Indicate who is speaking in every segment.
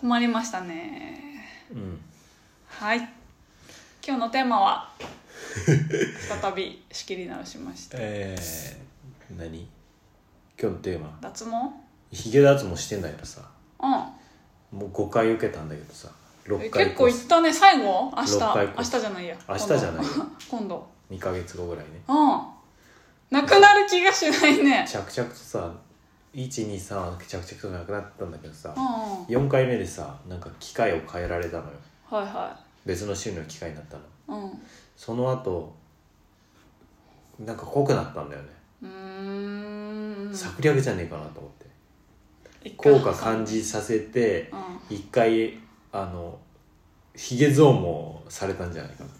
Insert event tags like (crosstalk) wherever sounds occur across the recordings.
Speaker 1: 困りましたね
Speaker 2: うん
Speaker 1: はい今日のテーマは再び仕切り直しました
Speaker 2: えー、何今日のテーマ
Speaker 1: 脱毛
Speaker 2: ヒゲ脱毛してんだけどさ
Speaker 1: う
Speaker 2: もう5回受けたんだけどさ
Speaker 1: ん
Speaker 2: 6回
Speaker 1: 結構いったね最後明日
Speaker 2: 六回行こう
Speaker 1: 明日じゃないや
Speaker 2: 明日じゃないよ
Speaker 1: 今度 (laughs)
Speaker 2: 2ヶ月後ぐらいね
Speaker 1: うんなくなる気がしないね
Speaker 2: 着々とさ123は着々となくなったんだけどさ
Speaker 1: うんうんはい
Speaker 2: 4回目でさなんか機械を変えられたのよ
Speaker 1: は
Speaker 2: 別の種類の機械になったの
Speaker 1: いうんう
Speaker 2: その後なんか濃くなったんだよね、
Speaker 1: ーん
Speaker 2: 策略じゃねえかなと思って
Speaker 1: 一回
Speaker 2: 効果感じさせて
Speaker 1: うん
Speaker 2: 一回あのひげ増毛されたんじゃな
Speaker 1: (laughs)
Speaker 2: いかな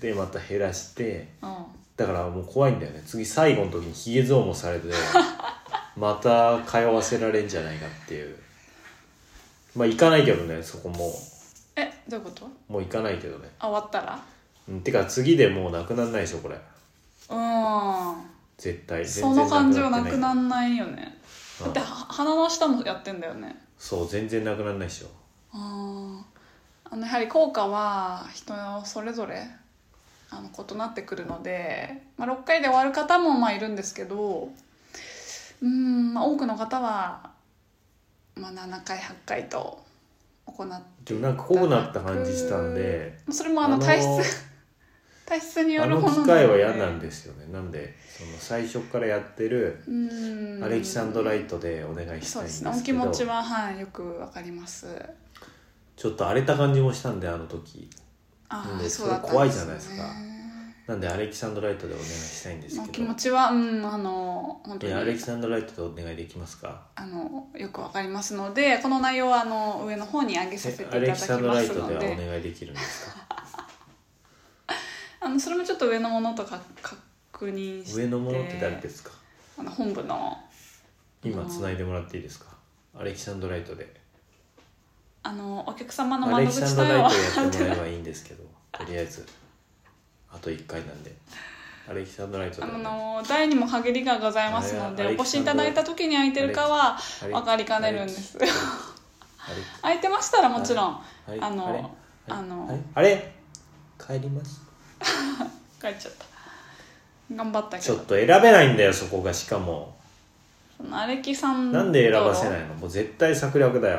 Speaker 2: でまた減らして
Speaker 1: うん
Speaker 2: だからもう怖いんだよね次最後の時にひげ増毛され
Speaker 1: (laughs)
Speaker 2: てまた通わせられんじゃないかっていうまあ行かないけどねそこも
Speaker 1: えどういうこと
Speaker 2: もう行かないけどね
Speaker 1: あ終わったら
Speaker 2: うんてか次でもうなくなんないでしょこれ
Speaker 1: う
Speaker 2: 絶対
Speaker 1: んその感情なくな
Speaker 2: ない
Speaker 1: んないよねだっては鼻の下もやってんだよね
Speaker 2: そう全然なくならないでしょ
Speaker 1: あーあのやはり効果は人それぞれあの異なってくるので、まあ、6回で終わる方もまあいるんですけどうん、まあ、多くの方は、まあ、7回8回と行っ
Speaker 2: でもなんか濃くなった感じしたんで
Speaker 1: それもあの体質体質によ
Speaker 2: あ
Speaker 1: る
Speaker 2: の
Speaker 1: もの
Speaker 2: 機械は嫌なん
Speaker 1: で
Speaker 2: ですよねなんでその最初からやってる
Speaker 1: うん
Speaker 2: アレキサンドライトでお願いし
Speaker 1: そ
Speaker 2: た
Speaker 1: うで
Speaker 2: いんですす
Speaker 1: ねお
Speaker 2: け
Speaker 1: 気持ち
Speaker 2: ど
Speaker 1: ははいよくわかります
Speaker 2: ちょっと荒れた感じもしたんであの時
Speaker 1: あ
Speaker 2: なん
Speaker 1: あ
Speaker 2: で
Speaker 1: そうだったん
Speaker 2: それ怖い
Speaker 1: で
Speaker 2: じゃ
Speaker 1: す
Speaker 2: ない
Speaker 1: ね
Speaker 2: ですかなんでアレキサンドライトでお願いしたいんです
Speaker 1: まあ
Speaker 2: け
Speaker 1: 気
Speaker 2: ど
Speaker 1: 持ちはうんあの本当
Speaker 2: え
Speaker 1: に
Speaker 2: アレキサンドライトでお願いできますか
Speaker 1: あのよくわかりますのでこの内容はあの上の方に上げさせてい
Speaker 2: え
Speaker 1: た
Speaker 2: ア
Speaker 1: だき
Speaker 2: レ
Speaker 1: ま
Speaker 2: キ
Speaker 1: す
Speaker 2: サンドライトでは
Speaker 1: の
Speaker 2: お
Speaker 1: で
Speaker 2: 願いできるんです
Speaker 1: (laughs)
Speaker 2: か
Speaker 1: あのそれもちょっと上のものとか確認して
Speaker 2: 上のものって誰ですか
Speaker 1: あの本部の
Speaker 2: 今つないでもらっていいですかアレキサンドライトで
Speaker 1: あのお客様の
Speaker 2: アレ
Speaker 1: 窓
Speaker 2: キ
Speaker 1: 口
Speaker 2: サンド
Speaker 1: 対
Speaker 2: ライ
Speaker 1: 応
Speaker 2: トやってもらえばいいんです
Speaker 1: (laughs)
Speaker 2: けどとりあえずあと1回なんでアレキサンドライトで
Speaker 1: あ
Speaker 2: お願いします
Speaker 1: の台にも限りがございますので
Speaker 2: あ
Speaker 1: お
Speaker 2: れ
Speaker 1: 越しいただいた時に空いてるかは
Speaker 2: あれ
Speaker 1: 分かりかねるんです
Speaker 2: あれ
Speaker 1: 空いてましたらもちろん
Speaker 2: あれ
Speaker 1: あ
Speaker 2: あれ
Speaker 1: のあ
Speaker 2: あれ
Speaker 1: の
Speaker 2: あれ帰ります
Speaker 1: 帰っちゃった頑張ったけ
Speaker 2: ちょ
Speaker 1: ど
Speaker 2: っと選べないんだよそこがしかも
Speaker 1: そのアレキさん
Speaker 2: なんで選ばせないいのもう絶対策略だよ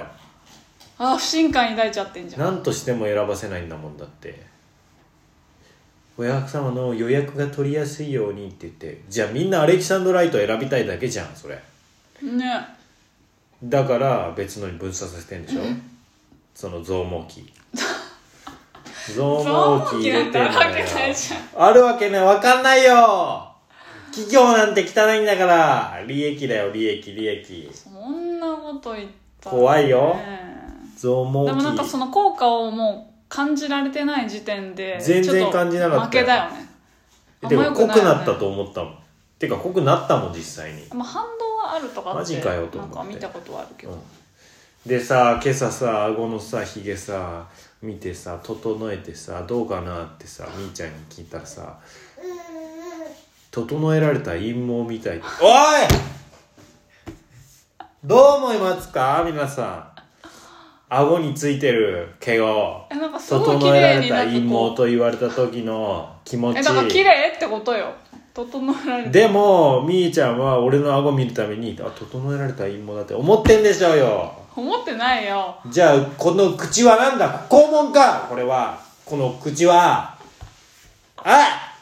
Speaker 1: ああ不信感抱いちゃってんじゃん
Speaker 2: 何としても選ばせないんだもんだってお客様の予約が取りやすいようにって言ってじゃあみんなアレキサンドライト選びたいだけじゃんそれ
Speaker 1: ね
Speaker 2: だから別のに分散させてんでしょその増毛
Speaker 1: (laughs)
Speaker 2: 期増毛期入れてん
Speaker 1: 増毛期なんてあるわ
Speaker 2: だ
Speaker 1: け
Speaker 2: よ
Speaker 1: ないじ
Speaker 2: あるわけないわかんないよ企業なんて汚いんだから利益だよ利益利益
Speaker 1: そんなこと言ったらね
Speaker 2: 怖いよ増毛期
Speaker 1: でもなんかその効果をもう感じられてない時点で
Speaker 2: 全然
Speaker 1: ちょっと
Speaker 2: 感じなかった
Speaker 1: 負け
Speaker 2: よ
Speaker 1: だよね
Speaker 2: て
Speaker 1: あ
Speaker 2: か
Speaker 1: んま
Speaker 2: 濃
Speaker 1: 良
Speaker 2: く
Speaker 1: よね
Speaker 2: なったと思ったもんてか濃くなったもん実際に、
Speaker 1: まあ反動はあるとかって
Speaker 2: マジかよと思って
Speaker 1: なんか見たことはあるけ
Speaker 2: う
Speaker 1: ど、
Speaker 2: んでさ今朝さ顎のさひげさ見てさ整えてさどうかなってさみーちゃんに聞いたらさ整えられた陰謀みたいっておいどう思いますか皆さん顎についてる毛を
Speaker 1: えなんかすごい綺
Speaker 2: 整えら
Speaker 1: 麗
Speaker 2: れ
Speaker 1: に
Speaker 2: た
Speaker 1: な
Speaker 2: 陰
Speaker 1: んか
Speaker 2: 謀
Speaker 1: こと
Speaker 2: 言われた時の気持
Speaker 1: う
Speaker 2: ち
Speaker 1: えだから綺麗ってことよ整えられて
Speaker 2: でもみーちゃんは俺の顎見るためにあ整えられた陰謀だって思ってんでしょうよ
Speaker 1: 思ってないよ
Speaker 2: じゃあこの口はなんだ肛門かこれはこの口はあ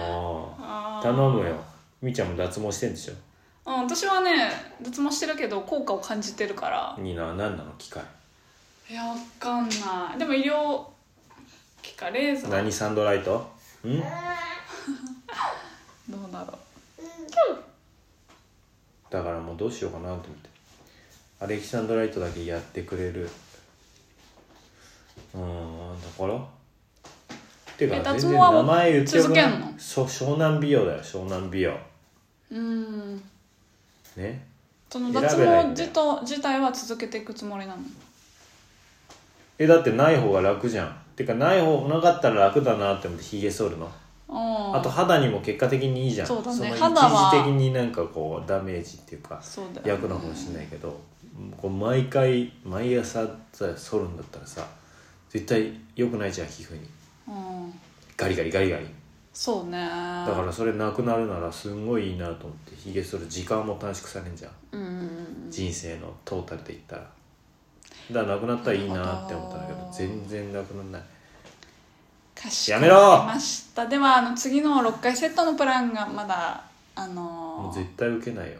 Speaker 2: も
Speaker 1: あ
Speaker 2: う
Speaker 1: ー
Speaker 2: 頼むよみーちゃんも脱毛してんでしょ
Speaker 1: うん、私はね脱毛してるけど効果を感じてるから
Speaker 2: ニーナは何なの機械
Speaker 1: いやわかんないでも医療機かレーザー
Speaker 2: 何サンドライト
Speaker 1: どう
Speaker 2: ん
Speaker 1: だろう
Speaker 2: だからもうどうしようかなと思ってアレキサンドライトだけやってくれるうーんだからっていう
Speaker 1: え
Speaker 2: か
Speaker 1: 脱
Speaker 2: 全
Speaker 1: 毛
Speaker 2: 然
Speaker 1: は
Speaker 2: 名前言ってよくない
Speaker 1: 続けんの
Speaker 2: そう湘南美容だよ湘南美容
Speaker 1: うん
Speaker 2: ね
Speaker 1: その
Speaker 2: 選べ
Speaker 1: 脱
Speaker 2: ないんだ
Speaker 1: 毛
Speaker 2: よ
Speaker 1: 自と自体は続けていくつもりなの
Speaker 2: えだってない方が楽じゃんてかない方なかったら楽だなって思ってヒゲ剃るの
Speaker 1: あうん
Speaker 2: あと肌にも結果的にいいじゃん
Speaker 1: そうだね
Speaker 2: の一
Speaker 1: 肌は
Speaker 2: 時的になんかこうダメージっていうか
Speaker 1: そうだよね
Speaker 2: 役なのかもしれないけど、こう毎回毎朝剃るんだったらさ絶対良くないじゃん皮膚に
Speaker 1: うん
Speaker 2: ガリガリガリガリ
Speaker 1: そうね
Speaker 2: だからそれなくなるならすんごいいいなと思ってひげ剃る時間も短縮されんじゃん
Speaker 1: うんうんうん
Speaker 2: 人生のトータルで言ったらだからなくなったらいいなって思ったんだけ
Speaker 1: なる
Speaker 2: ど
Speaker 1: ほど
Speaker 2: 全然なくならない
Speaker 1: かし
Speaker 2: やめろ
Speaker 1: ましたではあの次の6回セットのプランがまだあの
Speaker 2: も
Speaker 1: ー
Speaker 2: う絶対受けないよ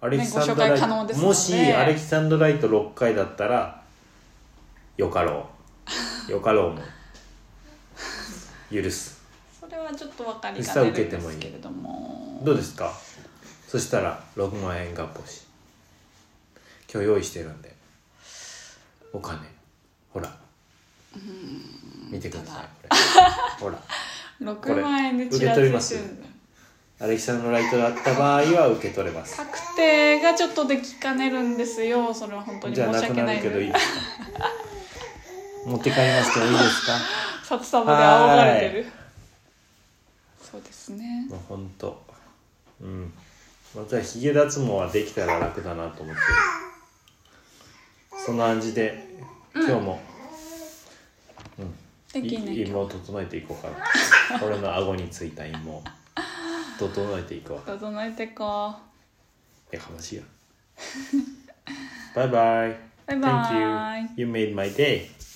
Speaker 2: アレキサンド
Speaker 1: ご
Speaker 2: ラ
Speaker 1: 紹介
Speaker 2: イ
Speaker 1: 可
Speaker 2: ト、
Speaker 1: 能ですので
Speaker 2: もしアレキサンドライト6回だったらよかろうよかろうも許す
Speaker 1: それはちょっと分かり
Speaker 2: 実
Speaker 1: か
Speaker 2: 際
Speaker 1: ね
Speaker 2: 受
Speaker 1: る
Speaker 2: け
Speaker 1: んで
Speaker 2: てもいい
Speaker 1: すけれども
Speaker 2: どうですかそしたら6万円が欲しい今日用意してるんでお金ほら見てくださいこれ (laughs) ほらこ
Speaker 1: 6
Speaker 2: れ
Speaker 1: 万円でち
Speaker 2: 受け
Speaker 1: らつ
Speaker 2: 取りま
Speaker 1: いて
Speaker 2: す
Speaker 1: るんだ
Speaker 2: アレキサンドライトだった場合は受け取れます
Speaker 1: 確定がちょっとできかねるんですよそれは本当に
Speaker 2: じゃあ
Speaker 1: 申
Speaker 2: な
Speaker 1: し
Speaker 2: く
Speaker 1: 訳
Speaker 2: な
Speaker 1: ない
Speaker 2: るけ
Speaker 1: の (laughs)
Speaker 2: どいい
Speaker 1: で
Speaker 2: ですか持って帰りますけどいいです
Speaker 1: (laughs)
Speaker 2: か
Speaker 1: 札束で仰がれてるそうですね
Speaker 2: もうほんとうんまたひげ脱毛はできたら楽だなと思ってるそんな感じで今日も、
Speaker 1: で
Speaker 2: い
Speaker 1: きね
Speaker 2: 陰謀を整えていこうかな俺の顎についた陰謀整えていこう
Speaker 1: 整えてこ
Speaker 2: やかましいやバイバイ
Speaker 1: うバイバイ
Speaker 2: Thank you you made my day